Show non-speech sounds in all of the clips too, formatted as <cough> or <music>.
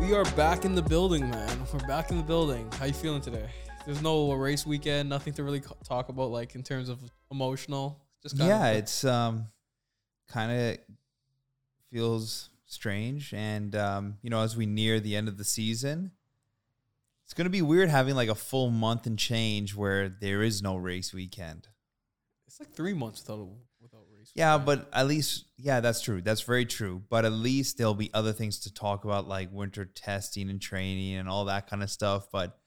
We're back in the building, man. We're back in the building. How you feeling today? There's no race weekend, nothing to really co- talk about, like in terms of emotional. Just kinda- yeah, it's um kind of feels strange and um you know as we near the end of the season it's going to be weird having like a full month and change where there is no race weekend. it's like three months without a, without race. Yeah, weekend. but at least yeah, that's true. That's very true. But at least there'll be other things to talk about like winter testing and training and all that kind of stuff, but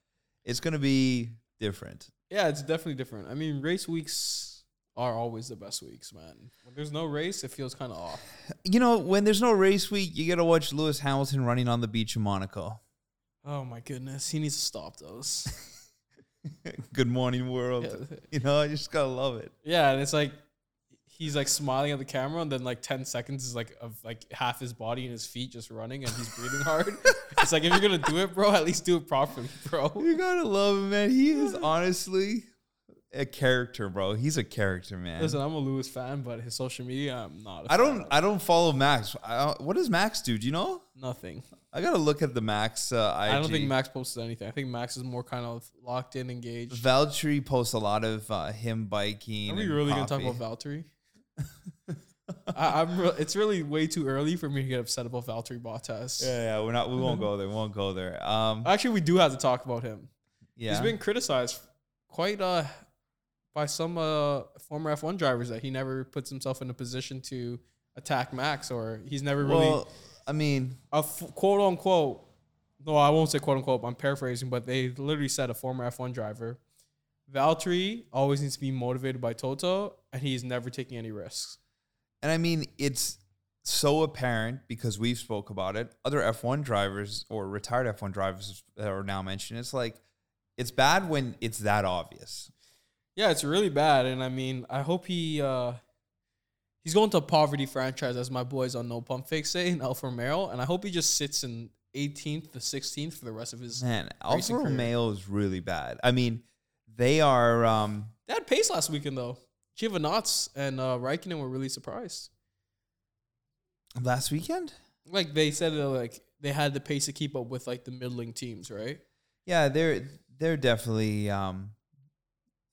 it's going to be different. yeah, it's definitely different. I mean, race weeks are always the best weeks, man. When there's no race, it feels kind of off. You know, when there's no race week, you got to watch Lewis Hamilton running on the beach in Monaco. Oh my goodness, he needs to stop those. Good morning world. <laughs> Yeah. You know, I just gotta love it. yeah, and it's like he's like smiling at the camera, and then like ten seconds is like of like half his body and his feet just running, and he's breathing <laughs> hard. It's like if you're gonna do it, bro, at least do it properly, bro. You gotta love him, man. He is honestly a character, bro. He's a character, man. Listen, I'm a Lewis fan, but his social media, I'm not. I I don't, I don't follow Max. I, don't- what does Max do? Do you know? nothing. I gotta look at the Max. Uh, I IG. don't think Max posted anything. I think Max is more kind of locked in, engaged. Valtteri posts a lot of uh, him biking. Are we and really gonna talk coffee. about Valtteri? <laughs> I, I'm. Re- it's really way too early for me to get upset about Valtteri Bottas. Yeah, yeah, we're not. <laughs> We won't go there. We won't go there. Um, Actually, we do have to talk about him. yeah. He's been criticized quite uh by some uh former F1 drivers that he never puts himself in a position to attack Max or he's never really well, I mean, a f- quote unquote. No, I won't say quote unquote. but I'm paraphrasing, but they literally said a former F1 driver, Valtteri always needs to be motivated by Toto, and he's never taking any risks. And I mean, it's so apparent because we've spoke about it. Other F1 drivers or retired F1 drivers that are now mentioned. It's like it's bad when it's that obvious. Yeah, it's really bad, and I mean, I hope he uh, he's going to a poverty franchise, as my boys on No Pump Fake say in Alfa Romeo, and I hope he just sits in 18th to 16th for the rest of his. Man, Alfa Racing career. Romeo is really bad. I mean, they are. Um, They had pace last weekend though. Giovinazzi and uh, Raikkonen were really surprised. last weekend. Like they said, uh, like they had the pace to keep up with like the middling teams, right? Yeah, they're they're definitely. Um,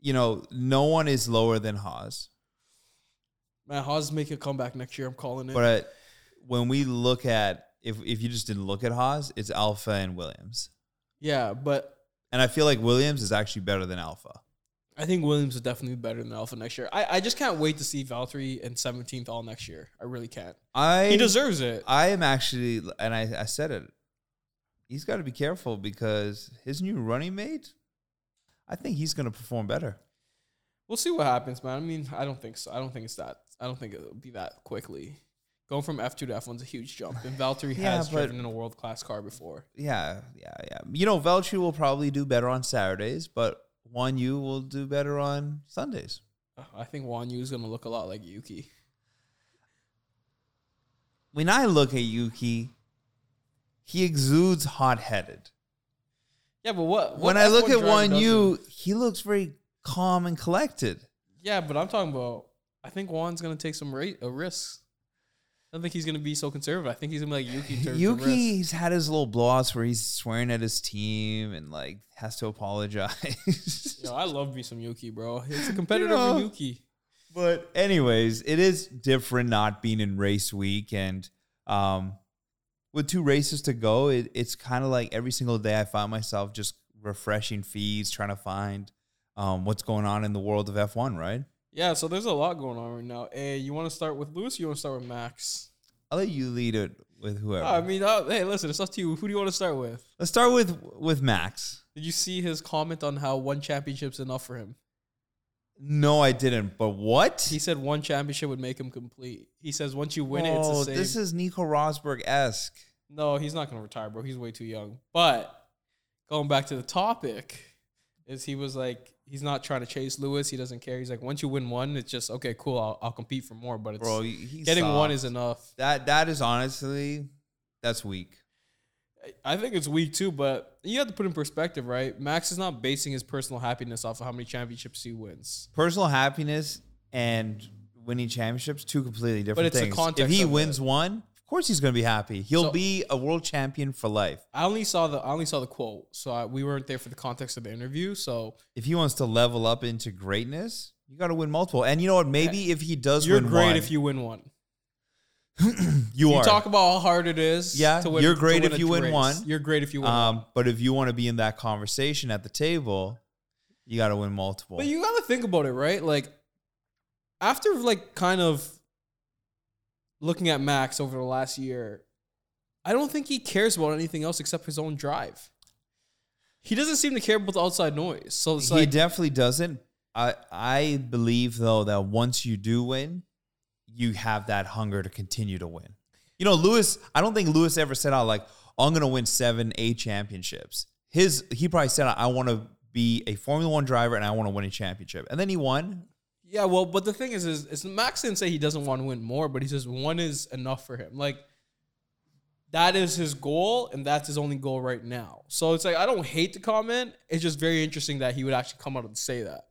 you know, no one is lower than Haas, Man, Haas is making a comeback next year. I'm calling it. but when we look at if if you just didn't look at Haas, it's Alpha and Williams. yeah, but And I feel like Williams is actually better than Alpha. I think Williams is definitely better than Alpha next year. I, I just can't wait to see Valtteri and 17th all next year. I really can't. I He deserves it. I am actually, and I, I said it. He's got to be careful because his new running mate. I think he's going to perform better. We'll see what happens, man. I mean, I don't think so. I don't think it's that. I don't think it'll be that quickly. Going from F2 to F1 is a huge jump, and Valtteri <laughs> Yeah, has but- driven in a world class car before. Yeah, yeah, yeah. You know, Velchi will probably do better on Saturdays, but Juan Yu will do better on Sundays. Uh, I think Wan Yu is going to look a lot like Yuki. When I look at Yuki, he exudes hot headed. Yeah, but what? what When I look F1 at driver Juan doesn't? Yu, he looks very calm and collected. Yeah, but I'm talking about. I think Juan's gonna take some rate a risk. I don't think he's gonna be so conservative. I think he's gonna be like <laughs> Yuki. in terms of risk. Yuki's had his little blowouts where he's swearing at his team and like has to apologize. <laughs> Yo, I love me some Yuki, bro. He's a competitor know. for Yuki. but anyways, it is different not being in race week and um with two races to go, it, it's kind of like every single day I find myself just refreshing feeds, trying to find um, what's going on in the world of F1, right? Yeah, so there's a lot going on right now. Hey, you want to start with Lewis? Or you want to start with Max? I'll let you lead it with whoever. I mean, uh, hey, listen, it's up to you. Who do you want to start with? Let's start with with Max. Did you see his comment on how one championship's enough for him? No, I didn't. But what? He said one championship would make him complete. He says once you win it, it's the Oh, same. this is Nico Rosberg esque. No, he's not going to retire, bro. He's way too young. But going back to the topic, is he was like, he's not trying to chase Lewis. He doesn't care. He's like, once you win one, it's just, okay, cool. I'll, I'll compete for more. But it's bro. he- He's getting one soft. is enough. that. That is honestly, that's weak. I- I think it's weak too, but you have to put in perspective, right? Max is not basing his personal happiness off of how many championships he wins. Personal happiness and winning championships, two completely different it's the things. context if he of wins one, of course he's going to be happy. He'll So- be a world champion for life. I only saw the I only saw the quote, so I, we weren't there for the context of the interview. So If he wants to level up into greatness, you got to win multiple. And you know what? Maybe if he does you're win great one, if you win one. you, You are. talk about how hard it is. Yeah, to win, you're to great win if a you win race. one. You're great if you win. one. um, but if you want to be in that conversation at the table, you got to win multiple. But you gotta think about it, right? Like after like kind of looking at Max over the last year, I don't think he cares about anything else except his own drive. He doesn't seem to care about the outside noise. So it's he like definitely doesn't. I I believe though that once you do win, you have that hunger to continue to win. You know, Lewis. I don't think Lewis ever said out like I'm going to win seven, eight championships. His he probably said I want to be a Formula One driver and I want to win a championship, and then he won. yeah, well, but the thing is, is, is Max didn't say he doesn't want to win more, but he says one is enough for him. Like that is his goal, and that's his only goal right now. So it's like I don't hate the comment. It's just very interesting that he would actually come out and say that.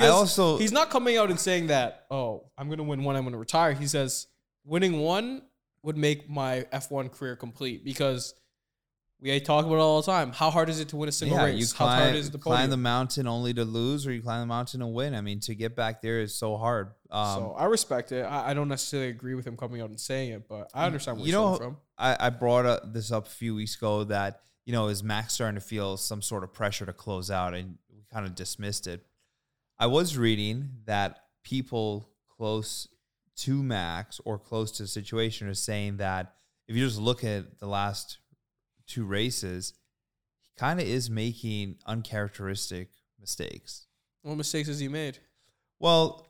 I also he's not coming out and saying that, oh, I'm going to win one, I'm going to retire. He says, winning one would make my F1 career complete because we talk about it all the time. How hard is it to win a single yeah, race? you How climb, hard is the climb podium? the mountain only to lose, or you climb the mountain and win. I mean, to get back there is so hard. Um, so I respect it. I, I don't necessarily agree with him coming out and saying it, but I understand where you he's coming know- from. I, I brought up, this up a few weeks ago that you know is Max starting to feel some sort of pressure to close out, and we kind of dismissed it. I was reading that people close to Max or close to the situation are saying that if you just look at the last two races, he kind of is making uncharacteristic mistakes. What mistakes has he made? Well,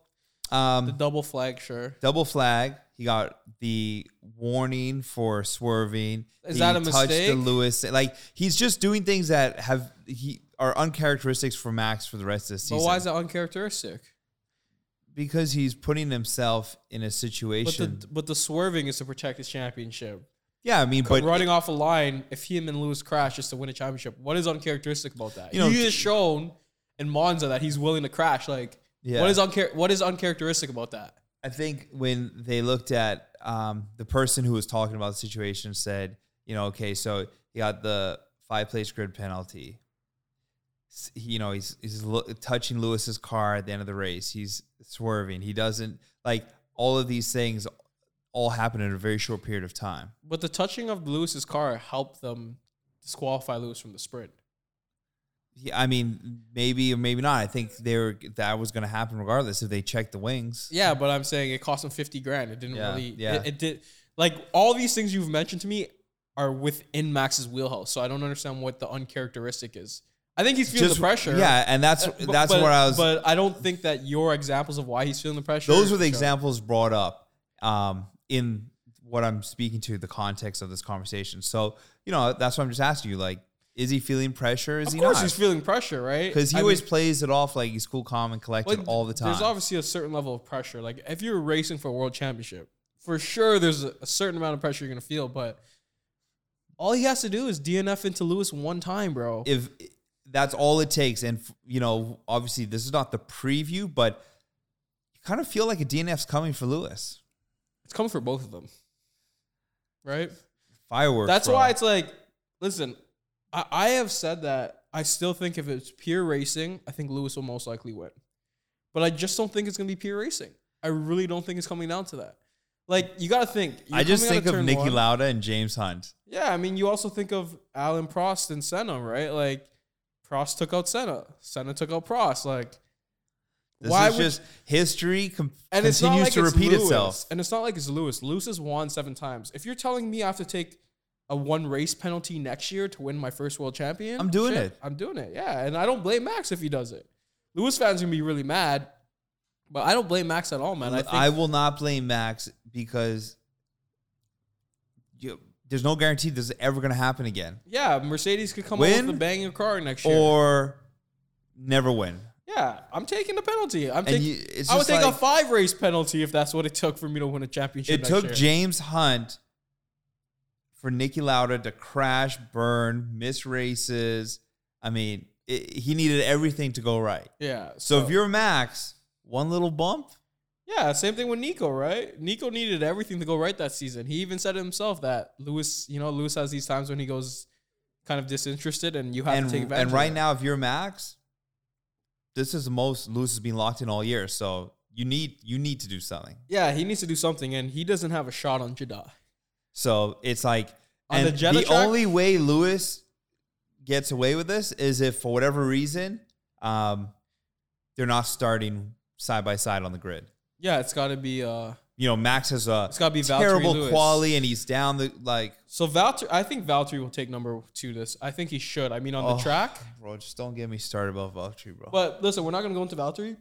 um, The double flag, sure. double flag. He got the warning for swerving. Is he that a the mistake? Lewis. Like he's just doing things that have he are uncharacteristics for Max for the rest of the season. But why is that uncharacteristic? Because he's putting himself in a But situation. the, but the swerving is to protect his championship. yeah, I mean, but running off a line if him and Lewis crash is to win a championship. What is uncharacteristic about that? You know, he has shown in Monza that he's willing to crash. Like, Yeah. what is unchar- what is uncharacteristic about that? I think when they looked at um, the person who was talking about the situation said, you know, okay, so he got the five place grid penalty. S- he- You know, he's he's lo- touching Lewis's car at the end of the race. He's swerving. He doesn't like all of these things. All happen in a very short period of time. But the touching of Lewis's car helped them disqualify Lewis from the sprint. Yeah, I mean, maybe or maybe not. I think they were that was going to happen regardless if they checked the wings. Yeah, but I'm saying it cost him 50 grand. It didn't Yeah, really. yeah. It, it did. Like all these things you've mentioned to me are within Max's wheelhouse. So I don't understand what the uncharacteristic is. I think he's feeling the pressure. Uh, Yeah, and that's But- that's but, what I was. But I don't think that your examples of why he's feeling the pressure. those were the show. examples brought up um, in what I'm speaking to the context of this conversation. So you know that's what I'm just asking you. Like, is he feeling pressure? Is Of he course, not? he's feeling pressure, right? Because he I always mean, plays it off like he's cool, calm, and collected like, all the time. There's obviously a certain level of pressure. Like if you're racing for a world championship, for sure, there's a, a certain amount of pressure you're gonna feel. But all he has to do is DNF into Lewis one time, bro. if that's all it takes, and f- you know, obviously this is not the preview, but you kind of feel like a DNF's coming for Lewis. it's coming for both of them, right? Fireworks. That's bro. why it's like, listen, I, I have said that I still think if it's pure racing, I think Lewis will most likely win. But I just don't think it's gonna be pure racing. I really don't think it's coming down to that. Like you got to think. I You're just coming out think of turn Nicky one. Lauda and James Hunt. Yeah, I mean, you also think of Alan Prost and Senna, right? Like, Prost took out Senna. Senna took out Prost. Like, This Why is would- just history com- and continues it's not like to it's repeat Lewis. itself. And it's not like it's Lewis. Lewis has won seven times. If you're telling me I have to take a one race penalty next year to win my first world champion, I'm doing it. I'm doing it. Yeah, and I don't blame Max if he does it. Lewis fans gonna be really mad, but I don't blame Max at all, man. I I, think will not blame Max because you, there's no guarantee this is ever going to happen again yeah, Mercedes could come Win out with a banging car next year. or never win. yeah, I'm taking the penalty. I'm And taking. you, it's I would just take a like, five race penalty if that's what it took for me to win a championship. it next took year. James Hunt for Nicky Lauda to crash, burn, miss races. I mean, it, he needed everything to go right. yeah. So if you're Max, one little bump, Yeah, same thing with Nico, right? Nico needed everything to go right that season. He even said it himself that Lewis, you know, Lewis has these times when he goes kind of disinterested, and you have and to take advantage. and right of that. now, if you're Max, this is the most Lewis has been locked in all year. So you need you need to do something. yeah, he needs to do something, and he doesn't have a shot on Jeddah. So it's like On and the Jetta track- only way Lewis gets away with this is if for whatever reason um, they're not starting side by side on the grid. Yeah, it's got to be. uh You know, Max has a It's gotta be Valtteri terrible Lewis. quality, and he's down the like. So Valtteri, I think Valtteri will take number two. This, I think he should. I mean, on Oh. the track. Bro, just don't get me started about Valtteri, bro. But listen, we're not going to go into Valtteri.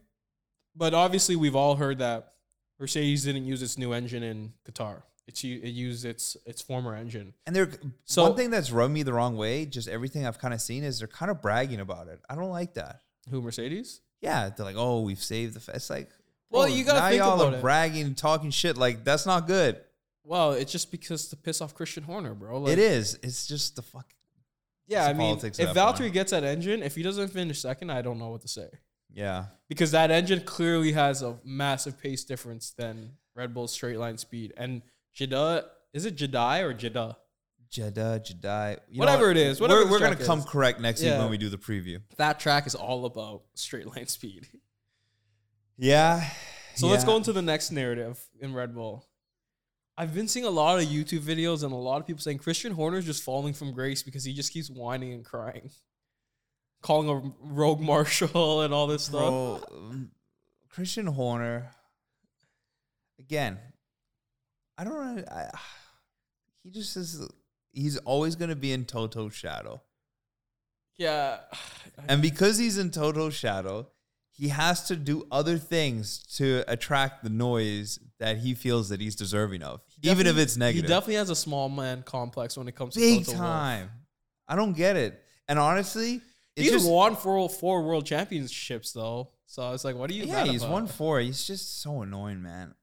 But obviously, we've all heard that Mercedes didn't use its new engine in Qatar. It's u- it used its its former engine. And they're So- one thing that's rubbed me the wrong way, just everything I've kind of seen is they're kind of bragging about it. I don't like that. Who Mercedes? Yeah, they're like, oh, we've saved the. F-. It's like, Well, bro, you gotta now think y'all about are it. bragging and talking shit. Like that's not good. Well, it's just because to piss off Christian Horner, bro. Like, it is. It's just the fuck. Yeah, It's I mean, politics at if that Valtteri point. gets that engine, if he doesn't finish second, I don't know what to say Yeah, because that engine clearly has a massive pace difference than Red Bull's straight line speed and Jeddah. Is it Jeddah or Jeddah? Jeddah, Jedi, you know Whatever what? it is, whatever we're the we're gonna track come is. correct next week Yeah. when we do the preview. That track is all about straight line <laughs> speed. Yeah. So let's yeah. go into the next narrative in Red Bull. I've been seeing a lot of YouTube videos and a lot of people saying Christian Horner's just falling from grace because he just keeps whining and crying, calling a rogue marshal and all this stuff. Bro, um, Christian Horner. Again, I don't know. I, he just is. He's always going to be in Toto's shadow, Yeah, and because he's in Toto's shadow, he has to do other things to attract the noise that he feels that he's deserving of, even if Definitely- it's negative. He definitely has a small man complex when it comes to Big Toto Wolff. time. I don't get it. And honestly, it's He's just won four, four world championships though, so it's like, what are you? yeah, mad he's about? won four. He's just so annoying, man.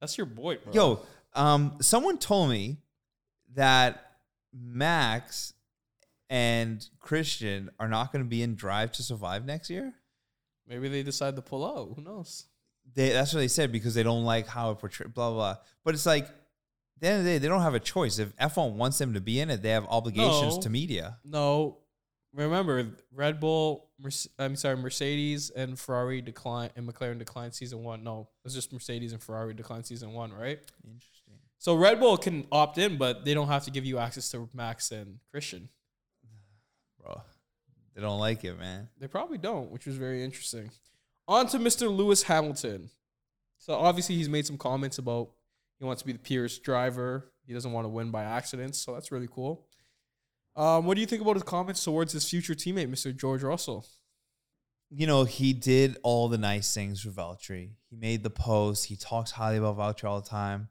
That's your boy, bro. Yo, um, someone told me that Max and Christian are not going to be in Drive to Survive next year. maybe they decide to pull out. Who knows? They, that's what they said because they don't like how it portrayed, blah, blah, blah. But it's like, at the end of the day, they don't have a choice. If F1 wants them to be in it, they have obligations No. to media. No, remember Red Bull. Merce- I'm sorry, Mercedes and Ferrari decline and McLaren declined season one. No, it was just Mercedes and Ferrari declined season one, right? Interesting. So Red Bull can opt in, but they don't have to give you access to Max and Christian. Bro, they don't like it, man. They probably don't, which was very interesting. On to Mr. Lewis Hamilton. So obviously he's made some comments about he wants to be the purest driver. He doesn't want to win by accidents, so that's really cool. Um, what do you think about his comments towards his future teammate, Mr. George Russell? you know, he did all the nice things for Valtteri. He made the post. He talks highly about Valtteri all the time.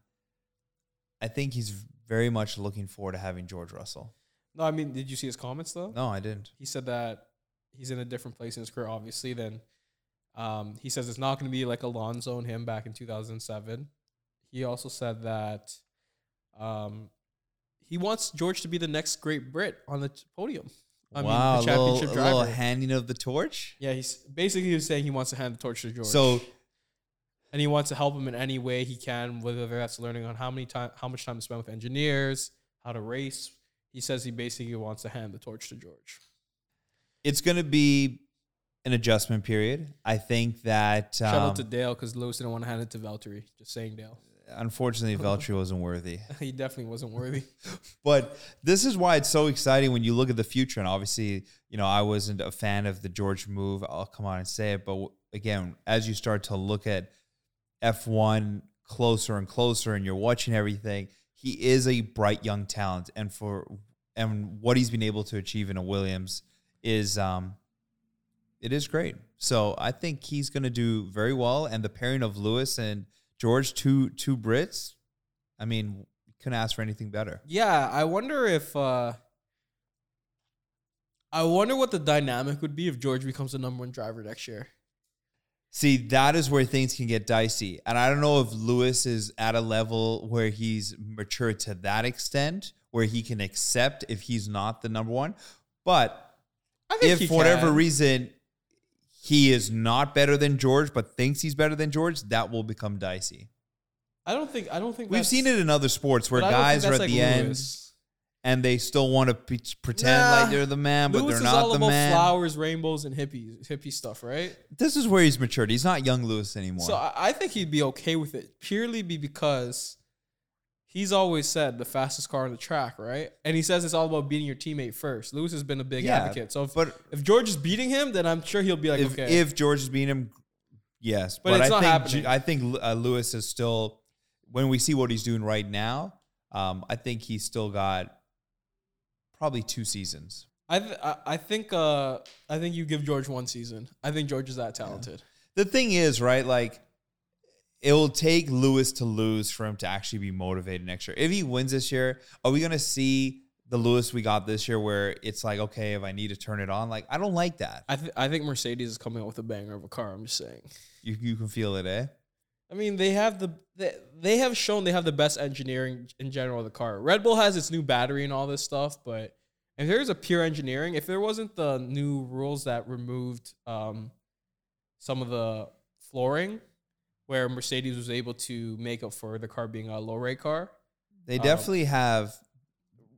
I think he's very much looking forward to having George Russell. No, I mean, did you see his comments though? No, I didn't. He said that he's in a different place in his career, obviously. Then um, he says it's not going to be like Alonso and him back in 2007. He also said that um, he wants George to be the next great Brit on the t- podium. I wow, mean, the a little- championship a driver. little, handing of the torch. yeah, he's basically he was saying he wants to hand the torch to George. So and he wants to help him in any way he can, whether that's learning on how many time, how much time to spend with engineers, how to race. He says he basically wants to hand the torch to George. it's going to be an adjustment period. I think that Shout um, out to Dale because Lewis didn't want to hand it to Valtteri. Just saying, Dale. unfortunately <laughs> Valtteri wasn't worthy. he definitely wasn't worthy. But this is why it's so exciting when you look at the future. And obviously, you know, I wasn't a fan of the George move. I'll come on and say it. But w- again, as you start to look at F1 closer and closer and you're watching everything, he is a bright young talent. And for and what he's been able to achieve in a Williams is um it is great. So I think he's gonna do very well. And the pairing of Lewis and George, two two Brits, I mean, couldn't ask for anything better. <laughs> yeah, I wonder if. uh I wonder what the dynamic would be if George becomes the number one driver next year. See, that is where things can get dicey. And I don't know if Lewis is at a level where he's mature to that extent where he can accept if he's not the number one. But I if he for whatever can. reason he is not better than George, but thinks he's better than George, that will become dicey. I don't think I don't think We've that's- seen it in other sports where but I don't think guys are at that's the like end Lewis. and they still want to pe- pretend Nah. like they're the man, but Lewis they're is not all the about man. flowers, rainbows, and hippie hippie stuff, right? This is where he's matured. He's not young Lewis anymore. So I, I think he'd be okay with it purely be because he's always said the fastest car on the track, right? And he says it's all about beating your teammate first. Lewis has been a big Yeah, advocate. So if, but- if George is beating him, then I'm sure he'll be like, if, okay. if George is beating him, yes. But But, it's I, not think, happening. Ju- I think uh, Lewis is still, when we see what he's doing right now, um, I think he's still got probably two seasons. I, th- I I think uh I think you give George one season. I think George is that talented. The thing is, right? Like, it will take Lewis to lose for him to actually be motivated next year. If he wins this year, are we going to see the Lewis we got this year where it's like, okay, if I need to turn it on? Like, I don't like that. I th- I think Mercedes is coming out with a banger of a car. I'm just saying. You, you can feel it, eh? I mean, they have the they, they have shown they have the best engineering in general of the car. Red Bull has its new battery and all this stuff, but if there's a pure engineering, if there wasn't the new rules that removed um, some of the flooring, where Mercedes was able to make up for the car being a low rate car, They Um, definitely have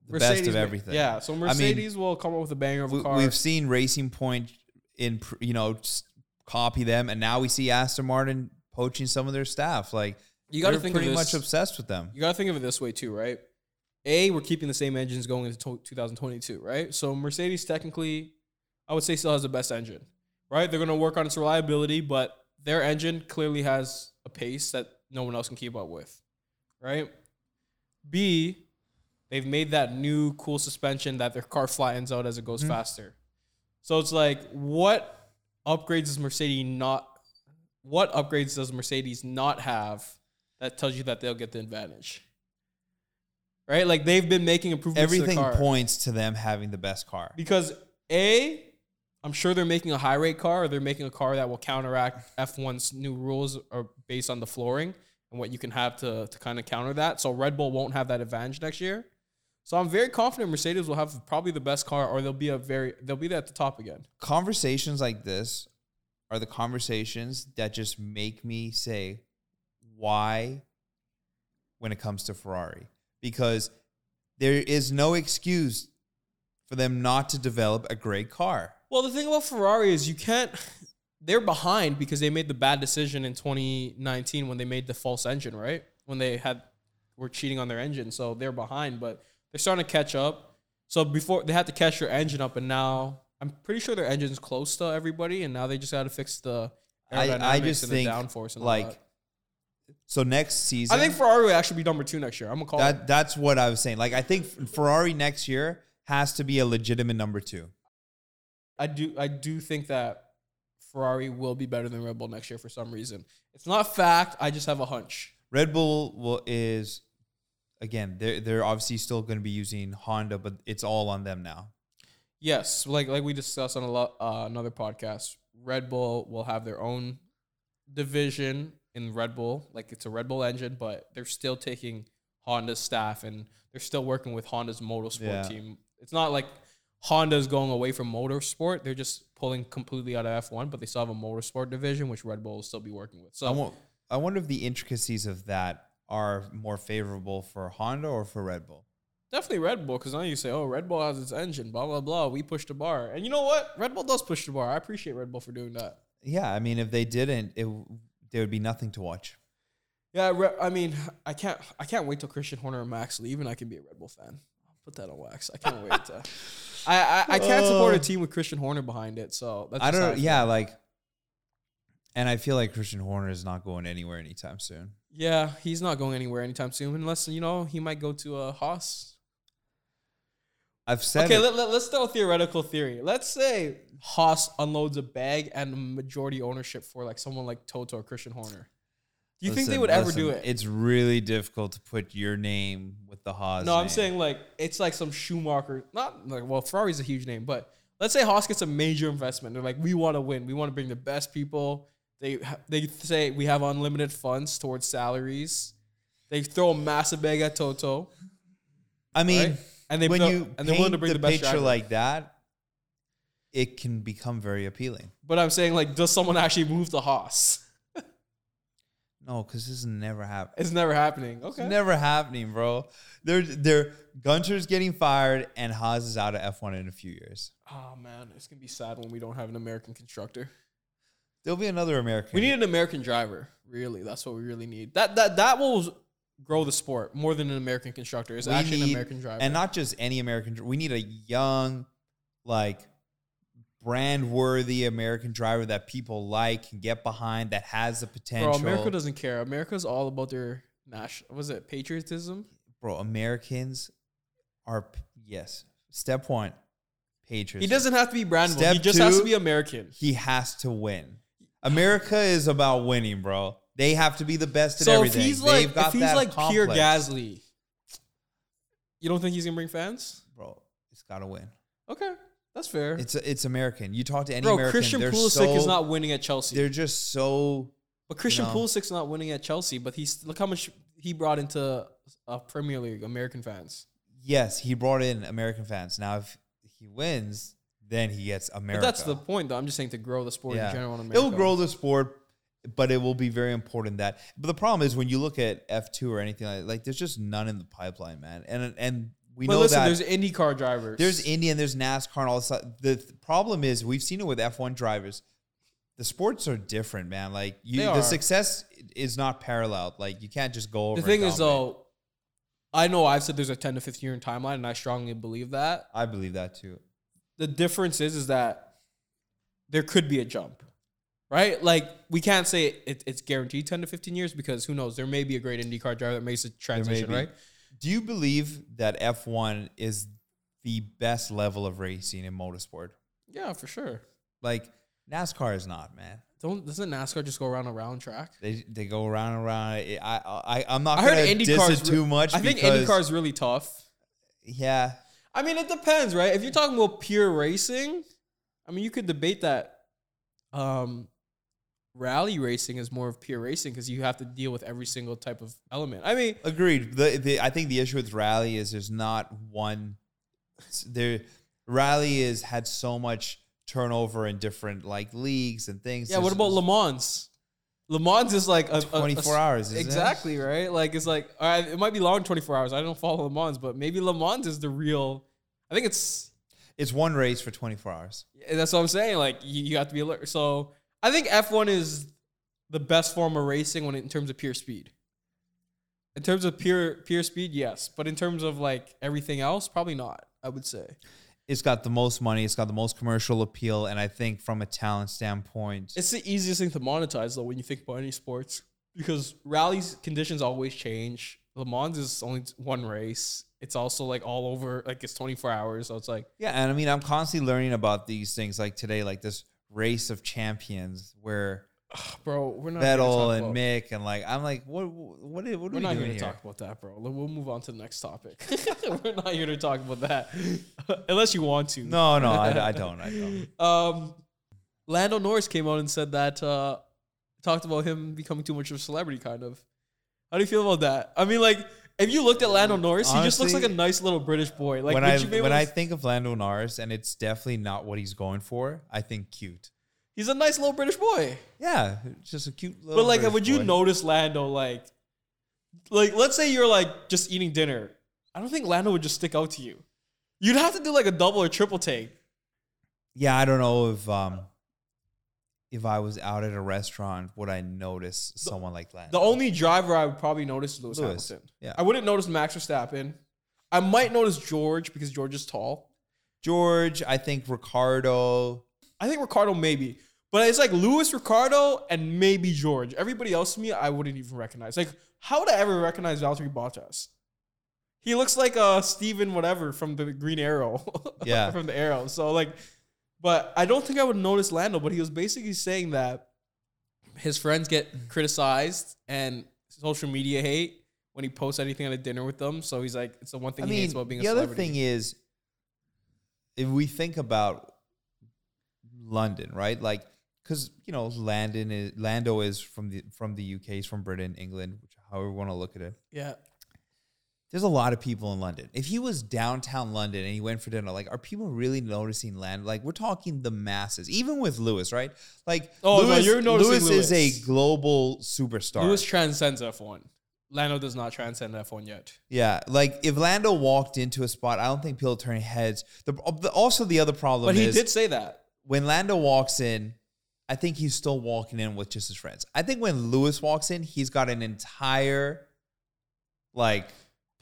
the best Mercedes of ma- everything. Yeah, so Mercedes will come up with a banger of a we, car. we've seen Racing Point in pr- you know just copy them, and now we see Aston Martin poaching some of their staff. Like you got to they're think pretty of much this. obsessed with them. you got to think of it this way too, right? A, we're keeping the same engines going into to- 2022, right? So Mercedes technically, I would say, still has the best engine, right? They're going to work on its reliability, but their engine clearly has a pace that no one else can keep up with, right? B, they've made that new cool suspension that their car flattens out as it goes faster. So it's like, what upgrades does Mercedes not? What upgrades does Mercedes not have that tells you that they'll get the advantage? Right, like they've been making improvements. to Everything the car points to them having the best car. because a i'm sure they're making a high rate car or they're making a car that will counteract f1's new rules are based on the flooring and what you can have to, to kind of counter that so red bull won't have that advantage next year so i'm very confident mercedes will have probably the best car or they'll be a very they'll be at the top again Conversations like this are the conversations that just make me say why when it comes to Ferrari because there is no excuse for them not to develop a great car. well the thing about ferrari is you can't they're behind because they made the bad decision in 2019 when they made the false engine right when they had were cheating on their engine so they're behind but they're starting to catch up So before they had to catch their engine up, and now I'm pretty sure their engine's close to everybody, and now they just got to fix the I- aerodynamics I just and think, the downforce. And all like that. so next season I think Ferrari would actually be number two next year. I'm gonna call it. that that's what I was saying. Like I think Ferrari next year has to be a legitimate number 2. I do. I do think that Ferrari will be better than Red Bull next year for some reason. It's not fact. I just have a hunch. Red Bull will, is again they're they're obviously still going to be using Honda but it's all on them now. Yes, like like we discussed on a lo- uh, another podcast, Red Bull will have their own division in Red Bull, like it's a Red Bull engine, but they're still taking Honda's staff and they're still working with Honda's motorsport Yeah. team. It's not like Honda's going away from motorsport; they're just pulling completely out of F one, but they still have a motorsport division, which Red Bull will still be working with. I So won't, I wonder if the intricacies of that are more favorable for Honda or for Red Bull. definitely Red Bull, because now you say, "Oh, Red Bull has its engine, blah blah blah." We push the bar, and you know what? Red Bull does push the bar. I appreciate Red Bull for doing that. Yeah, I mean if they didn't it w- there would be nothing to watch. Yeah, re- I mean, I can't, I can't wait till Christian Horner and Max leave, and I can be a Red Bull fan. I'll put that on wax. I can't wait <laughs> to. I, I, I can't support a team with Christian Horner behind it, so that's Oh. I just how don't feel. yeah, like and I feel like Christian Horner is not going anywhere anytime soon. Yeah, he's not going anywhere anytime soon, unless you know he might go to a Haas. I've said okay, it. let, let, us throw a theoretical theory. Let's say Haas unloads a bag and majority ownership for like someone like Toto or Christian Horner. Do you think they Listen, would ever listen, do it? It's really difficult to put your name with the Haas. No, I'm name. saying like it's like some Schumacher. Not like well, Ferrari's a huge name, but let's say Haas gets a major investment. They're like, we want to win. We want to bring the best people. They they say we have unlimited funds towards salaries. They throw a massive bag at Toto, I mean, right? and they when build- you and and they're paint willing to bring the, the, best picture driver. like that, it can become very appealing. But I'm saying, like, does someone actually move to Haas? <laughs> No, because this is never happening. It's never happening. Okay. It's never happening, bro. They're they're Gunter's getting fired and Haas is out of F1 in a few years. oh man, it's gonna be sad when we don't have an American constructor. There'll be another American. We need an American driver. Really, that's what we really need. That that that will grow the sport more than an American constructor. It's We actually an need- American driver. and not just any American. dr- We need a young, like, brand worthy American driver that people like can get behind that has the potential. Bro, America doesn't care. America's all about their national. Was it patriotism? Bro, Americans are p- yes. Step one, Patriots. He doesn't have to be brand. Step He just has two- to be American. He has to win. America is about winning, bro. They have to be the best at So if everything. he's They've like got if he's that like Pierre complex. Gasly, you don't think he's gonna bring fans? bro. It's gotta win. Okay, that's fair. It's it's American. You talk to any Bro, American, Christian they're Pulisic so, is not winning at Chelsea. They're just so But Christian No. Pulisic's not winning at Chelsea, but he's look how much he brought into uh, Premier League American fans. yes, he brought in American fans. Now, if he wins, then he gets But America. that's the point, though. I'm just saying to grow the sport in general in America. It will grow the sport, but it will be very important that. But the problem is when you look at F two or anything like like, there's just none in the pipeline, man. And and we But know listen, that there's IndyCar drivers. There's Indy and there's NASCAR and all this. The th- problem is we've seen it with F1 drivers. The sports are different, man. Like you, They the are. success is not paralleled. Like you can't just go over. the and thing is dominate. though, I know I've said there's a 10 to 15 year timeline, and I strongly believe that. I believe that too. The difference is is that there could be a jump, right? Like we can't say it, it's guaranteed 10 to 15 years because who knows? There may be a great IndyCar driver that makes a transition, be. right? Do you believe that F1 is the best level of racing in motorsport? Yeah, for sure. Like NASCAR is not, man. Don't doesn't NASCAR just go around a round track? They they go around and around. I I, I I'm not. I heard gonna diss IndyCar's it too much. I think because- IndyCar's really tough. Yeah, I mean, it depends, right? If you're talking about pure racing, I mean, you could debate that. Um, rally racing is more of pure racing because you have to deal with every single type of element. I mean, Agreed. The, the I think the issue with Rally is there's not one. There, Rally is had so much turnover in different like leagues and things. yeah. What about Le Mans? Le Mans is like a, a- a- 24 hours? Isn't it? exactly right. Like it's like all right, it might be long 24 hours. I don't follow Le Mans, but maybe Le Mans is the real. I think it's It's one race for 24 hours. Yeah, That's what I'm saying. Like you, you have to be alert. So I think F1 is the best form of racing when it- in terms of pure speed. In terms of pure pure speed, yes, but in terms of like everything else, probably not. I would say. It's got the most money. It's got the most commercial appeal, and I think from a talent standpoint, It's the easiest thing to monetize though when you think about any sports because rallies conditions always change. Le Mans is only one race. It's also like all over like it's 24 hours, so it's like Yeah, and I mean, I'm constantly learning about these things. Like today, like this race of champions where bro, we're not here to Vettel talk and about- Mick and like I'm like, what, what, what are We're we not here doing to here? talk about that, bro. Like, We'll move on to the next topic. <laughs> We're not here to talk about that, unless you want to. No, no, I, I don't. I don't. Um, Lando Norris came out and said that uh, talked about him becoming too much of a celebrity, kind of. How do you feel about that? I mean, like, if you looked at Lando Norris, he just looks like Um, Honestly, a nice little British boy. <laughs> Like, would when I you be able when to- I think of Lando Norris, and it's definitely not what he's going for. I think cute. he's a nice little British boy. Yeah, just a cute little. But like, British would you boy. notice Lando like, like let's say you're like just eating dinner? I don't think Lando would just stick out to you. You'd have to do like a double or triple take. Yeah, I don't know if um, if I was out at a restaurant, would I notice someone like Lando? The only driver I would probably notice is Lewis, Lewis, Hamilton. yeah. I wouldn't notice Max Verstappen. I might notice George because George is tall. George, I think Ricardo. I think Ricardo maybe, but it's like Lewis, Ricardo, and maybe George. Everybody else to me, I wouldn't even recognize. Like, how would I ever recognize Valtteri Bottas? He looks like uh Steven whatever from the Green Arrow. <laughs> Yeah. from the Arrow. So like, but I don't think I would notice Lando. But he was basically saying that his friends get criticized and social media hate when he posts anything at a dinner with them. So he's like, it's the one thing I he mean, hates about being a the other celebrity. thing is, if we think about London, right? Like, because you know, Landon is Lando is from the from the UK, he's from Britain, England, which however you want to look at it. yeah. there's a lot of people in London. If he was downtown London and he went for dinner, like, are people really noticing land? Like, we're talking the masses, even with Lewis, right? Like, Oh, no, Lewis, you're noticing is a Lewis. global superstar. Lewis transcends F1. Lando does not transcend F1 yet. yeah, like if Lando walked into a spot, I don't think people turn heads. The, also, the other problem But he is did say that. when Lando walks in, I think he's still walking in with just his friends. I think when Lewis walks in, he's got an entire like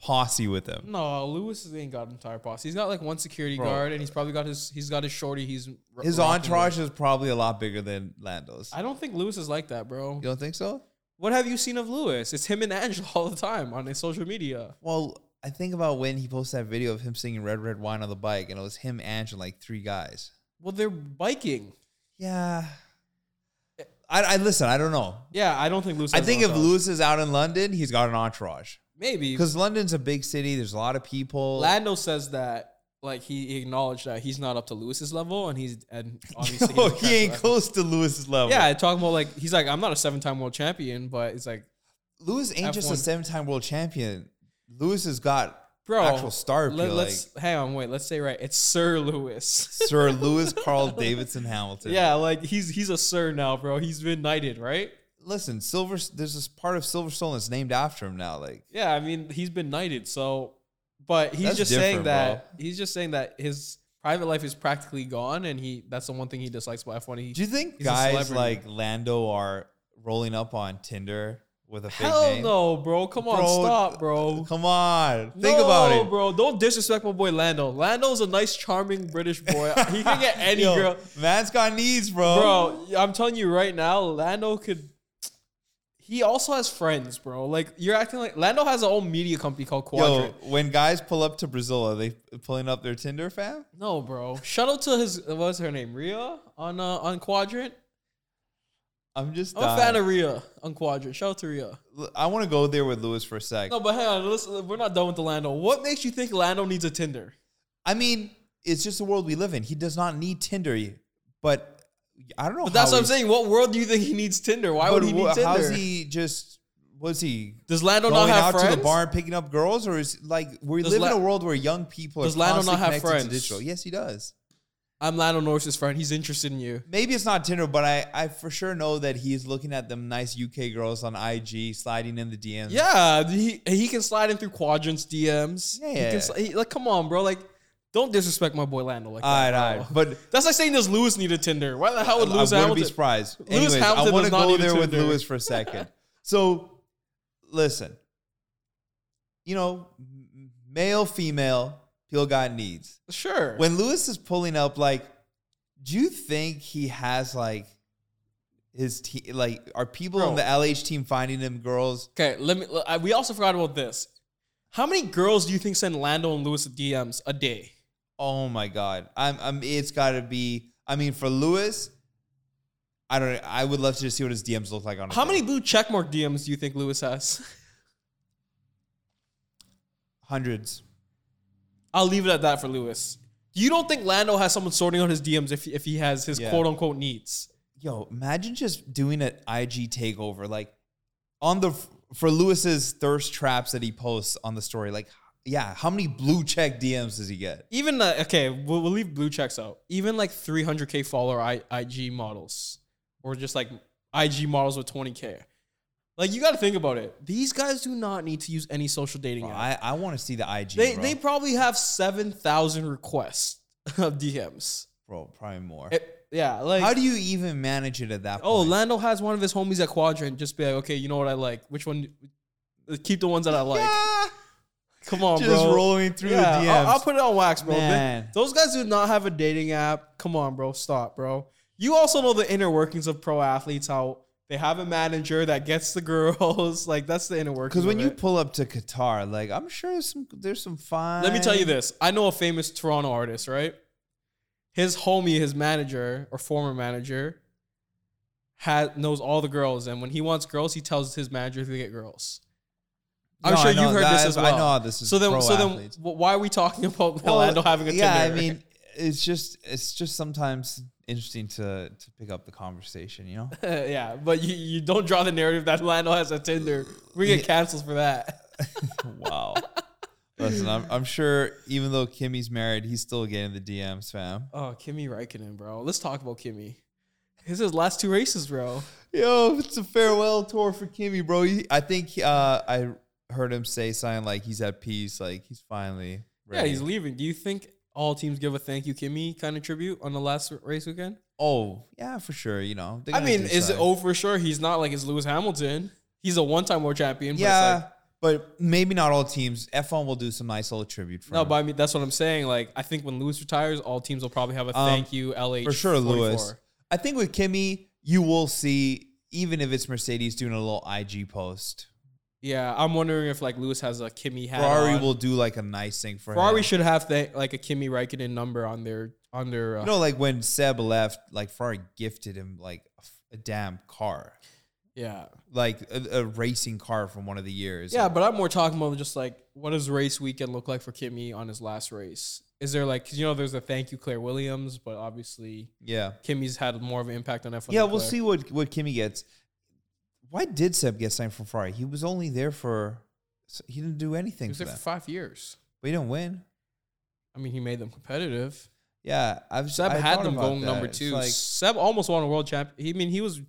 posse with him. No, Lewis ain't got an entire posse. He's got like one security Bro. guard, and he's probably got his he's got his shorty. He's r- His rocking entourage with. is probably a lot bigger than Lando's. I don't think Lewis is like that, bro. You don't think so? What have you seen of Lewis? It's him and Angela <laughs> all the time on his social media. Well, I think about when he posted that video of him singing Red Red Wine on the bike, and it was him, Ange, and like three guys. Well, they're biking. Yeah. Eh. I, I listen, I don't know. Yeah, I don't think Lewis. I has an think if entourage. Lewis is out in London, he's got an entourage. maybe Because London's a big city, there's a lot of people. Lando says that like he acknowledged that he's not up to Lewis's level, and he's <laughs> and obviously Yo, he's a Oh, he ain't transfer. close to Lewis's level. Yeah, talking about like he's like I'm not a seven time world champion, but it's like Lewis ain't just a F1. seven-time world champion. Lewis has got bro, actual star appeal, Let, us hang on, wait, let's say right. It's Sir Lewis. like Sir Lewis <laughs> Carl Davidson Hamilton. yeah, like he's he's a sir now, bro. He's been knighted, right? listen, Silver. There's this part of Silverstone that's named after him now. Like, Yeah, I mean he's been knighted, so but he's That's just saying different, that he's just saying that his private life is practically gone, and he that's the one thing he dislikes about F one. He do you think He's a guys celebrity. like Lando are rolling up on Tinder with a fake hell name? no, bro. Come on, Bro, stop, bro. Come on, think about No, it. bro. Don't disrespect my boy Lando. Lando's a nice, charming British <laughs> boy. He can <laughs> get any Yo, girl. Man's got needs, bro. Bro, I'm telling you right now, Lando could. He also has friends, bro. Like you're acting like Lando has a whole media company called Yo, Quadrant. when guys pull up to Brazil, are they pulling up their Tinder fam? No, bro. Shout out to his what's her name, Rhea on uh, on Quadrant. I'm just. I'm a fan dying. of Rhea on Quadrant. Shout out to Rhea. L- I want to go there with Lewis for a sec. No, but hang on, listen, we're not done with the Lando. What makes you think Lando needs a Tinder? I mean, it's just the world we live in. He does not need Tinder, but I don't know. But that's how what I'm he- saying. What world do you think he needs Tinder? Why But would he need wh- Tinder? How's he just? Was he Does Lando not going have out friends? to the bar and picking up girls, or is like we Does live La- in a world where young people Does are Lando constantly not have connected to friends? digital? Yes, he does. I'm Lando Norris's friend. He's interested in you. Maybe it's not Tinder, but I, I for sure know that he's looking at them nice UK girls on IG, sliding in the DMs. Yeah, he he can slide in through quadrants DMs. Yeah, he yeah, Can, yeah. sli- he, like, come on, bro. Like, don't disrespect my boy Lando like All right, that. all bro. right. But That's like saying does Lewis need a Tinder? Why the hell would I- Lewis I wouldn't be Hamilton? surprised. Lewis Anyways, I Hamilton want to does not go need a there with Tinder. Lewis for a second. <laughs> so, listen, you know, m- male, female, people got needs. sure. When Lewis is pulling up, like, do you think he has like his team? Like, are people Bro. on the LH team finding him girls? okay, let me. I, we also forgot about this. How many girls do you think send Lando and Lewis DMs a day? Oh my god, I'm, I'm. It's got to be. I mean, for Lewis. I don't. I would love to just see what his DMs look like on. a How day. many blue checkmark DMs do you think Lewis has? <laughs> hundreds? I'll leave it at that for Lewis. You don't think Lando has someone sorting out his DMs if if he has his Yeah. quote unquote needs? yo, imagine just doing an IG takeover, like on the for Lewis's thirst traps that he posts on the story. Like, yeah, how many blue check DMs does he get? even the okay, we'll, we'll leave blue checks out. Even like 300k follower I, IG models, or just like IG models with 20k. Like you got to think about it. These guys do not need to use any social dating app. I, I want to see the IG. They bro. they probably have 7,000 requests <laughs> of DMs. bro, probably more. It- yeah, like How do you even manage it at that point? oh Lando has one of his homies at Quadrant. Just be like, okay, you know what I like? Which one? Keep the ones that I like. Yeah, Come on, just bro. rolling through Yeah, the DMs. I'll, I'll put it on wax, bro. Th- Man. Those guys do not have a dating app. Come on, bro. Stop, bro. You also know the inner workings of pro athletes, how they have a manager that gets the <laughs> girls. like, that's the inner workings. because when of you it. pull up to Qatar, like I'm sure there's some there's some fine. Let me tell you this I know a famous Toronto artist, right? His homie, his manager or former manager, has, knows all the girls. And when he wants girls, he tells his manager to get girls. I'm No, sure I know you've heard this that- as I well. know how this is So then, pro so then, athletes. wh- why are we talking <laughs> about Well, Orlando having a Tinder? yeah, I mean, it's just it's just sometimes interesting to to pick up the conversation, you know. <laughs> yeah, but you, you don't draw the narrative that Lionel has a Tinder. We get canceled for that. wow. Listen, I'm, I'm sure even though Kimmy's married, he's still getting the DMs, fam. Oh, Kimmy Raikkonen, bro. Let's talk about Kimmy. His his last two races, bro. Yo, it's a farewell tour for Kimmy, bro. He, I think uh, I heard him say something like he's at peace, like he's finally ready. Yeah, he's leaving. Do you think all teams give a thank you Kimmy kind of tribute on the last r- race weekend? oh, yeah, for sure. You know, they're I gonna mean, do is it something. oh for sure? He's not like it's Lewis Hamilton. He's a one time world champion. Yeah, But but maybe not all teams. F1 will do some nice little tribute it's for like, no, him. but I mean that's what I'm saying. Like I think when Lewis retires, all teams will probably have a Um, thank you LH for sure, 44. Lewis. I think with Kimmy, you will see even if it's Mercedes doing a little IG post. Yeah, I'm wondering if like Lewis has a Kimmy hat. Ferrari on. will do like a nice thing for Ferrari him. should have th- like a Kimi Raikkonen number on their on their. Uh, You know, like when Seb left, like Ferrari gifted him like a f- a damn car, yeah, like a, a racing car from one of the years. yeah, but I'm more talking about just like what does race weekend look like for Kimi on his last race? Is there like because you know there's a thank you Claire Williams, but obviously yeah, Kimi's had more of an impact on F1. yeah. than We'll Claire. see what what Kimmy gets. Why did Seb get signed from Ferrari? He was only there for he didn't do He anything was for there them, for five years. but he didn't win. I mean, he made them competitive. Yeah, I've Seb I had thought them about going that. number It's two. like- Seb almost won a world champ. He I mean he was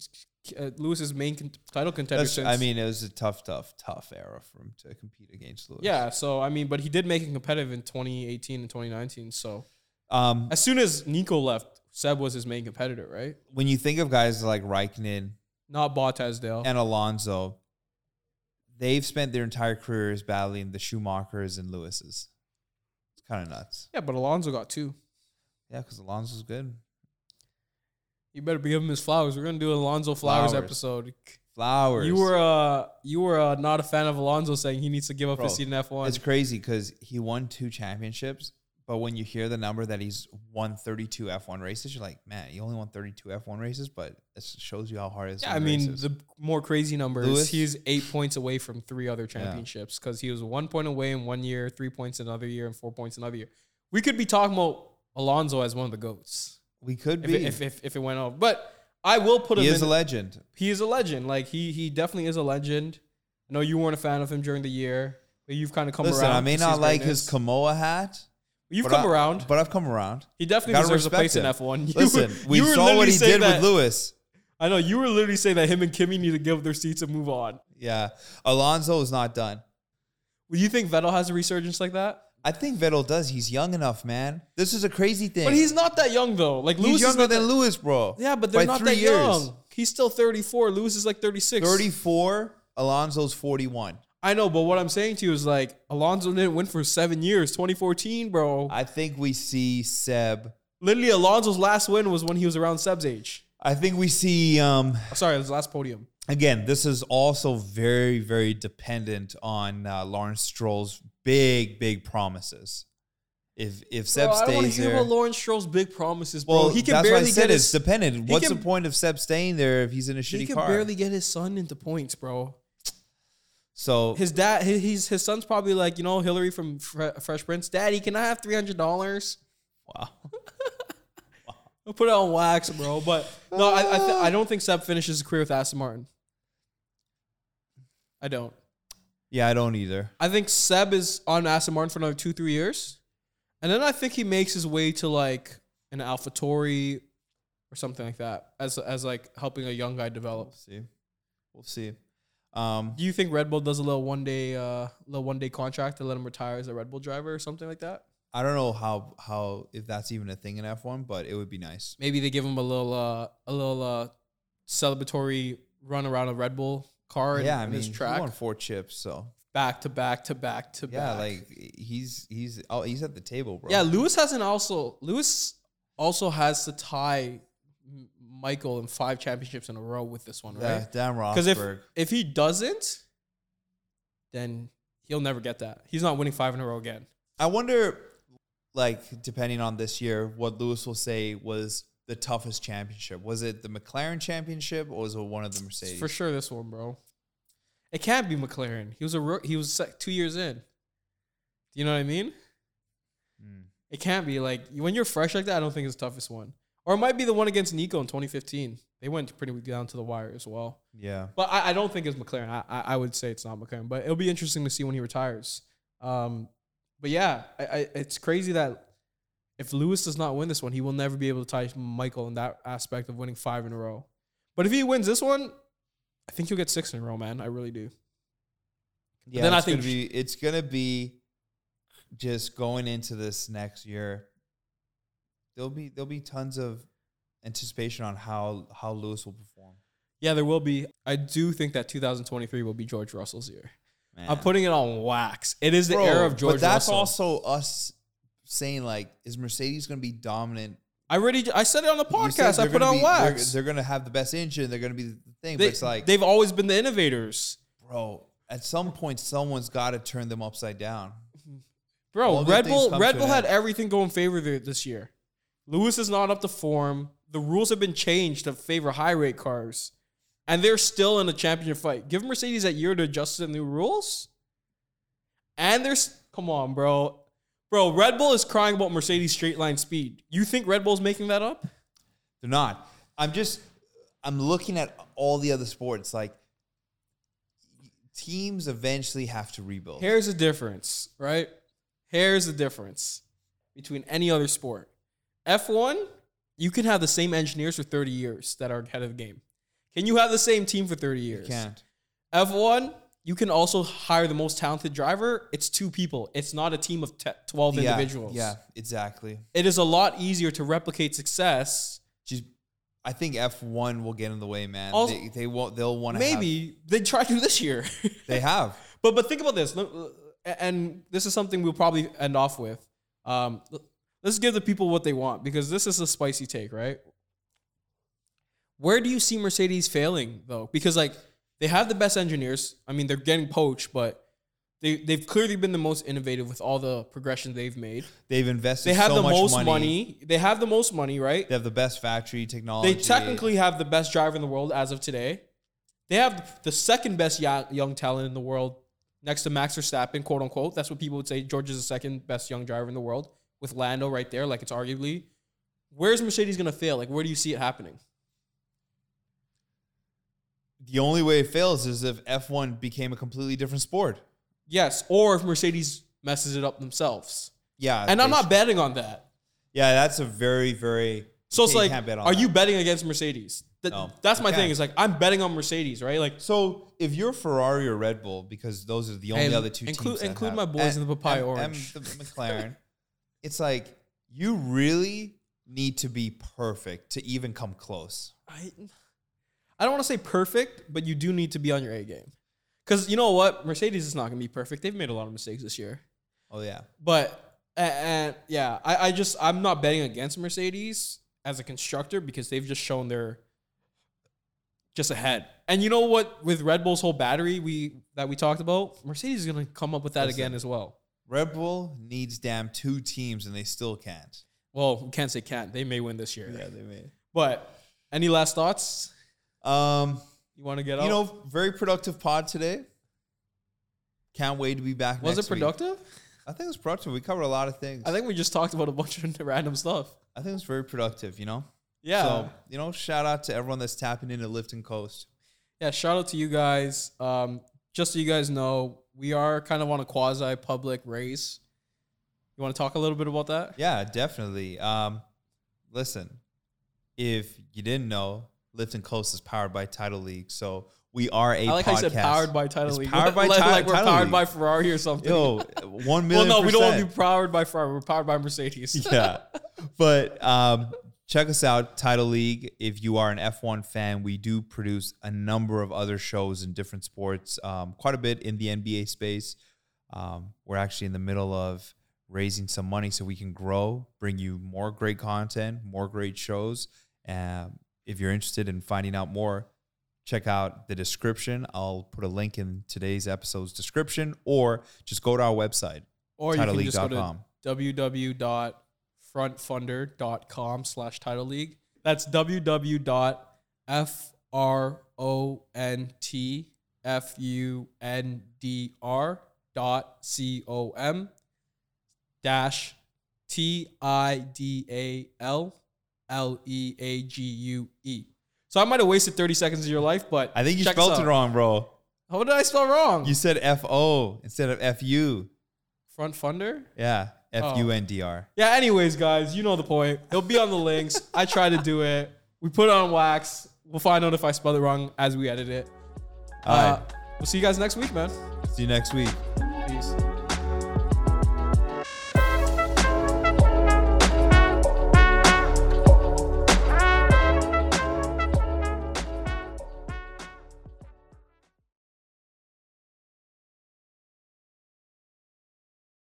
uh, Lewis's main con- title contender. That's- Since, I mean, it was a tough, tough, tough era for him to compete against Lewis. yeah. So I mean, but he did make it competitive in 2018 and 2019. So Um, As soon as Nico left, Seb was his main competitor, right? when you think of guys like Raikkonen Not Bottas Dale. and Alonso, they've spent their entire careers battling the Schumachers and Lewis's. It's kind of nuts. yeah, but Alonso got two. Yeah, because Alonso's good. You better be giving him his flowers. We're gonna do an Alonso flowers, Flowers. episode. Flowers. You were uh you were uh, not a fan of Alonso saying he needs to give up Bro, his seat in F one. It's crazy because he won two championships, but when you hear the number that he's won 32 F1 races, you're like, man, he only won 32 F1 races, but it shows you how hard it's. Yeah, I mean the more crazy number Lewis? is he's eight points away from three other championships because he was one point away in one year, three points another year, and four points another year. We could be talking about Alonso as one of the goats we could if be. it, if, if, if it went off. But I will put him he in is a legend. he is a legend. Like he he definitely is a legend. I know you weren't a fan of him during the year, but you've kind of come Listen, around. I may to see not like his greatness. Kamoa hat. you've but come I- around. But I've <laughs> come around. he definitely gotta deserves a respect place in him. F one. <laughs> Listen, we saw what he did with Lewis. I know you were literally saying that him and Kimmy need to give up their seats and move on. Yeah. Alonso is not done. Do you think Vettel has a resurgence like that? I think Vettel does. He's young enough, man. This is a crazy thing. But he's not that young though. Like He's Lewis is younger not than that- Lewis, bro. Yeah, but they're By not three that years. young. He's still thirty four. Lewis is like thirty six. 34, Alonso's 41. I know, but what I'm saying to you is like Alonso didn't win for seven years. 2014, bro. I think we see Seb. literally, Alonso's last win was when he was around Seb's age. Uh, I think we see um Sorry, his last podium. again, this is also very, very dependent on uh, Lawrence Stroll's big, big promises. If if Seb Bro, I don't want stays to hear there, about Lawrence Stroll's big promises, bro. well, he can that's why I barely said get it's his dependent. What's can- the point of Seb staying there if he's in a he shitty can car? barely get his son into points, bro. so His dad, his, he's his son's probably like you know Hillary from Fre- Fresh Prince. Daddy, can I have three hundred dollars? <laughs> wow, I'll put it on wax, bro. But no, I I, th- I don't think Seb finishes his career with Aston Martin. I don't. yeah, I don't either. I think Seb is on Aston Martin for another two, three years. And then I think he makes his way to like an AlphaTauri or something like that as as like helping a young guy develop. We'll see, we'll see. Um, Do you think Red Bull does a little one day uh little one day contract to let him retire as a Red Bull driver or something like that? I don't know how how if that's even a thing in F one, but it would be nice. Maybe they give him a little uh a little uh celebratory run around a Red Bull car in, Yeah, I in mean, his he track won four chips, so back to back to back to yeah, back. like he's he's oh, he's at the table, bro. Yeah, Lewis hasn't also Lewis also has to tie M- Michael in five championships in a row with this one, yeah, right? Dan Because if Rosberg. if he doesn't, then he'll never get that. He's not winning five in a row again. I wonder, like, depending on this year, what Lewis will say was the toughest championship. Was it the McLaren championship or was it one of the Mercedes? It's for sure this one, bro. It can't be McLaren. He was a ro- he was sec- two years in. You know what I mean? Mm. It can't be like when you're fresh like that. I don't think it's the toughest one. Or it might be the one against Nico in 2015. They went pretty down to the wire as well. Yeah. But I, I don't think it's McLaren. I, I, I would say it's not McLaren. But it'll be interesting to see when he retires. Um, But yeah, I, I, it's crazy that if Lewis does not win this one, he will never be able to tie Michael in that aspect of winning five in a row. But if he wins this one, I think he'll get six in a row, man. I really do. Yeah, then I it's gonna think- be- it's gonna be just going into this next year. There'll be there'll be tons of anticipation on how how Lewis will perform. Yeah, there will be. I do think that 2023 will be George Russell's year. I'm Man. putting it on wax. It is the Bro, era of George But that's Russell. also us saying like, is Mercedes gonna be dominant? I already I said it on the You said podcast. I they're put it gonna on be- they're- wax. They're, gonna have the best engine. They're gonna be the They, thing. but it's like, they've always been the innovators. bro, at some point, someone's got to turn them upside down. Bro, All good Red things Bull come Red to Bull an had everything go in favor there this year. Lewis is not up to form. The rules have been changed to favor high rate cars. And they're still in a championship fight. Give Mercedes that year to adjust to the new rules. And there's come on, bro. Bro, Red Bull is crying about Mercedes straight line speed. You think Red Bull's making that up? They're not. I'm just I'm looking at all the other sports. Like teams eventually have to rebuild. Here's the difference, right? Here's the difference between any other sport. F1, you can have the same engineers for 30 years that are ahead of the game. Can you have the same team for 30 years? you can't. F1, you can also hire the most talented driver. It's two people. It's not a team of te- 12 Yeah, individuals. Yeah, exactly. It is a lot easier to replicate success. Just I think F1 will get in the way, man. Also- they, they won't they'll want to Maybe they try to this year. <laughs> they have. But but think about this, Let- and this is something we'll probably end off with. Um, let's give the people what they want because this is a spicy take, right? Where do you see Mercedes failing though? Because like they have the best engineers. I mean, they're getting poached, but they they've clearly been the most innovative with all the progression they've made. They've invested They have so the much most money. money. They have the most money, right? They have the best factory technology. They technically have the best driver in the world as of today. They have the second best ya- young talent in the world next to Max Verstappen, quote unquote. That's what people would say. George is the second best young driver in the world with Lando right there. Like it's arguably. Where's Mercedes going to fail? Like, where do you see it happening? the only way it fails is if F1 became a completely different sport. Yes. Or if Mercedes messes it up themselves. Yeah, And I'm they- not betting on that. Yeah, that's a very very. So it's you like, can't bet on are that. you betting against Mercedes? That, No, that's you my thing. can't. Is like, I'm betting on Mercedes, right? Like, So if you're Ferrari or Red Bull, because those are the only And other two include- teams, that include have- my boys in the papaya orange. <laughs> the McLaren. it's like you really need to be perfect to even come close. I, I don't want to say perfect, but you do need to be on your A game. Because you know what, Mercedes is not going to be perfect. They've made a lot of mistakes this year, Oh yeah, but and yeah, I, I just I'm not betting against Mercedes as a constructor because they've just shown they're just ahead. And you know what, with Red Bull's whole battery we that we talked about, Mercedes is going to come up with that Listen. again as well. Red Bull needs damn two teams, and they still can't. Well, we can't say can't. They may win this year, they may. but any last thoughts Um, you want to get? you out? know, very productive pod today. Can't wait to be back. was next it week. productive? I think it was productive. We covered a lot of things. I think we just talked about a bunch of <laughs> random stuff. I think it was very productive. You know. Yeah. So you know, shout out to everyone that's tapping into Lifton Coast. yeah, shout out to you guys. Um, just so you guys know, we are kind of on a quasi public race. You want to talk a little bit about that? Yeah, definitely. Um, listen, if you didn't know, Lifton Coast is powered by Title League, so we are a I like podcast. how you said powered by Title It's League. powered by like, Ti- like we're Title powered League. by Ferrari or something. Yo, one well, million. no, we don't want to be percent. powered by Ferrari. We're powered by Mercedes. <laughs> yeah, but um, check us out, Title League. If you are an F1 fan, we do produce a number of other shows in different sports, um, quite a bit in the NBA space. Um, we're actually in the middle of raising some money so we can grow, bring you more great content, more great shows. Um, if you're interested in finding out more, check out the description. I'll put a link in today's episode's description, or just go to our website. or you can just go to TitleLeague.com. www.frontfunder.com slash title league. That's www.frontfundr dot com dash T I D A L L E A G U E. So I might have wasted 30 seconds of your life, but I think you check us spelled it out. wrong, bro. How did I spell wrong? You said F O instead of F U. Front funder? Yeah. F U N D R. Yeah, anyways, guys, you know the point. He'll be on the links. I try to do it. We put it on wax. We'll find out if I spelled it wrong as we edit it. Uh, All We'll see you guys next week, man. right. See you next week. Peace.